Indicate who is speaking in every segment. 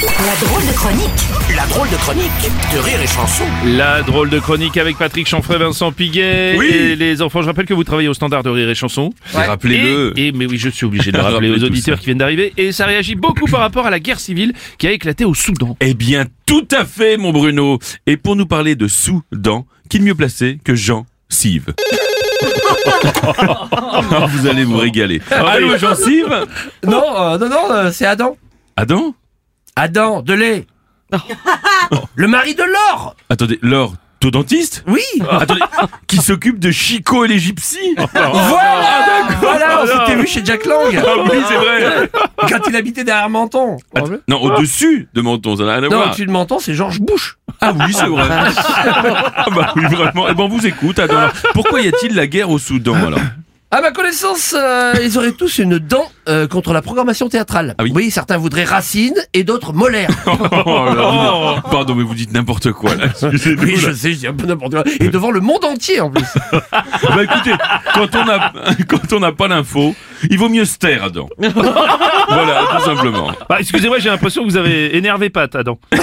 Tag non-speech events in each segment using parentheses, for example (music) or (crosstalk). Speaker 1: La drôle de chronique
Speaker 2: La drôle de chronique de Rire et Chanson.
Speaker 3: La drôle de chronique avec Patrick Chanfray, Vincent Piguet
Speaker 4: Oui.
Speaker 3: et les enfants. Je rappelle que vous travaillez au standard de rire et chanson.
Speaker 4: Et Rappelez-le.
Speaker 3: Et, et- mais oui, je suis obligé de le rappeler
Speaker 4: (laughs) Rappelez
Speaker 3: aux
Speaker 4: tout
Speaker 3: auditeurs
Speaker 4: ça.
Speaker 3: qui viennent d'arriver. Et ça réagit beaucoup par rapport à la guerre civile qui a éclaté au Soudan.
Speaker 4: Eh bien, tout à fait, mon Bruno. Et pour nous parler de Soudan, qui de mieux placé que Jean Sive (laughs) Ah, Vous allez vous régaler. Allô, Jean Sive
Speaker 5: Non, euh, non, non, euh, c'est Adam.
Speaker 4: Adam
Speaker 5: Adam Delay. Le mari de Laure.
Speaker 4: Attendez, Laure, ton (laughs) dentiste
Speaker 5: Oui.
Speaker 4: Attendez, qui s'occupe de Chico et les (laughs) gypsies
Speaker 5: Voilà. Ah, voilà, on
Speaker 3: Alors.
Speaker 5: s'était vu chez Jack Lang.
Speaker 4: Ah oui, c'est vrai
Speaker 5: quand il habitait derrière Menton.
Speaker 4: Att- Non, au-dessus de Menton, ça n'a rien à
Speaker 5: Non,
Speaker 4: voir.
Speaker 5: au-dessus de Menton, c'est Georges Bush.
Speaker 4: Ah oui, c'est vrai. Ah bah oui, vraiment. Eh ben, on vous écoute, Adam. Alors, Pourquoi y a-t-il la guerre au Soudan, alors
Speaker 5: À ma connaissance, euh, ils auraient tous une dent euh, contre la programmation théâtrale.
Speaker 4: Ah oui.
Speaker 5: certains voudraient Racine et d'autres
Speaker 4: (laughs)
Speaker 5: Molaire.
Speaker 4: (laughs) Oh là, vous- Pardon, mais vous dites n'importe quoi, là. Excusez-nous,
Speaker 5: oui,
Speaker 4: là.
Speaker 5: je sais, je dis un peu n'importe quoi. Et devant le monde entier en plus.
Speaker 4: Bah écoutez, quand on a quand on n'a pas l'info, il vaut mieux se taire, Adam. voilà, tout simplement.
Speaker 3: Bah, excusez-moi, j'ai l'impression que vous avez énervé Pat, Adam.
Speaker 4: C'est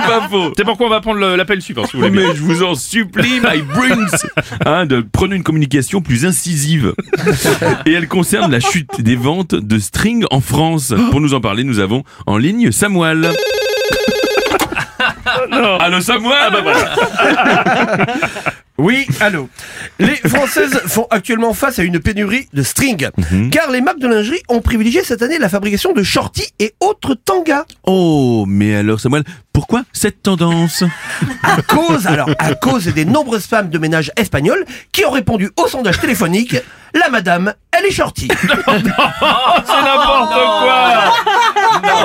Speaker 4: pas faux.
Speaker 3: C'est pourquoi on va prendre le- l'appel suivant,
Speaker 4: (laughs)
Speaker 3: si vous voulez. bien.
Speaker 4: Mais je vous en supplie, my brains, hein, de prendre une communication plus incisive. Et elle concerne la chute des ventes de string en France. Pour nous en parler, nous avons en ligne Samuel. Allô Samuel
Speaker 5: Oui, allô. Les Françaises font actuellement face à une pénurie de string,
Speaker 4: Mhm.
Speaker 5: car les marques de lingerie ont privilégié cette année la fabrication de shorties et autres tangas.
Speaker 4: Oh, mais alors Samuel, pourquoi cette tendance
Speaker 5: À cause, alors, à cause des nombreuses femmes de ménage espagnoles qui ont répondu au sondage téléphonique, la madame, elle est shortie.
Speaker 3: C'est n'importe quoi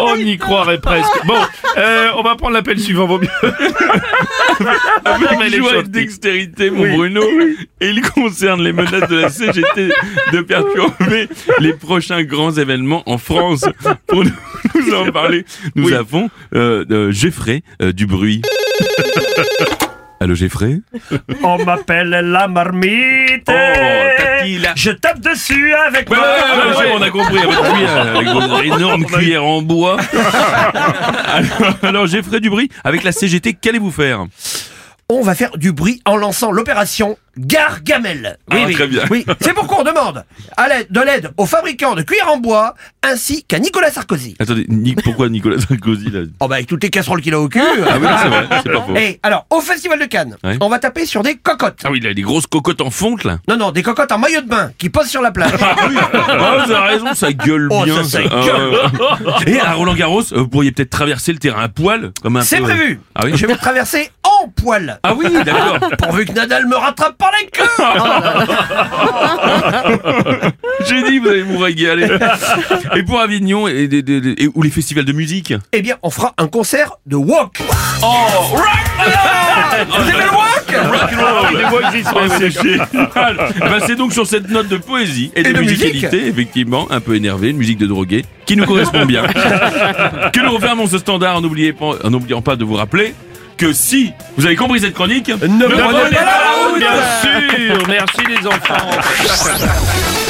Speaker 3: On y croirait presque. Bon, euh, on va prendre l'appel suivant, vaut mieux.
Speaker 4: Ah
Speaker 3: Non, mais elle est
Speaker 4: Joie et
Speaker 3: shortie.
Speaker 4: dextérité, mon Bruno. Et il concerne les menaces de la CGT de perturber les prochains grands événements en France. Pour nous, nous en parler, nous avons euh, euh, Geoffrey euh, du bruit. Allô Geoffrey
Speaker 6: On m'appelle la
Speaker 4: Oh,
Speaker 6: marmite. Je tape dessus avec
Speaker 4: Ouais, ouais, ouais, ouais,
Speaker 6: ma
Speaker 4: ouais, on a compris, avec cuillère, avec (laughs) votre énorme cuillère en bois. alors, alors, Geoffrey Dubry, avec la CGT, qu'allez-vous faire
Speaker 5: On va faire du bruit en lançant l'opération Gargamel.
Speaker 4: Ah, très bien.
Speaker 5: Oui, c'est pourquoi on demande à l'aide- de l'aide aux fabricants de cuir en bois, ainsi qu'à Nicolas Sarkozy.
Speaker 4: Attendez, Ni- pourquoi Nicolas Sarkozy là
Speaker 5: Oh bah avec toutes les casseroles qu'il a au cul. hein.
Speaker 4: Ah oui, c'est vrai, c'est pas faux.
Speaker 5: Et Eh, alors, au Festival de Cannes,
Speaker 4: Ouais.
Speaker 5: on va taper sur des cocottes.
Speaker 4: Ah oui, il a des grosses cocottes en fonte là.
Speaker 5: Non, non, des cocottes en maillot de bain qui posent sur la plage.
Speaker 4: (laughs) Ah, vous avez raison, ça gueule
Speaker 5: Oh,
Speaker 4: bien.
Speaker 5: ça, ça
Speaker 4: Ah, ouais. Et à Roland Garros, euh, vous pourriez peut-être traverser le terrain à poil, comme un
Speaker 5: C'est
Speaker 4: peu-
Speaker 5: prévu.
Speaker 4: Ah oui.
Speaker 5: Je vais traverser en poil.
Speaker 4: Ah oui, d'accord.
Speaker 5: Pourvu que Nadal me rattrape par la queue.
Speaker 4: (laughs) J'ai dit, vous allez vous régaler. Et pour Avignon et, des- des- des- et- ou les festivals de musique.
Speaker 5: Eh bien, on fera un concert de walk.
Speaker 4: Oh.
Speaker 5: Vous aimez le walk
Speaker 3: Ah, il est moi qui
Speaker 4: Ah,
Speaker 3: suis-
Speaker 4: c'est génial. Ah, bah, c'est donc sur cette note de poésie et, de,
Speaker 5: de musique.
Speaker 4: musicalité, effectivement, un peu énervée, une musique de drogué, qui nous correspond
Speaker 5: (laughs)
Speaker 4: bien. que nous refermons ce standard en n'oubliez pas- en n'oubliant pas de vous rappeler que si vous avez compris cette chronique,
Speaker 5: Ne prenez pas la route.
Speaker 3: Bien sûr, merci les enfants.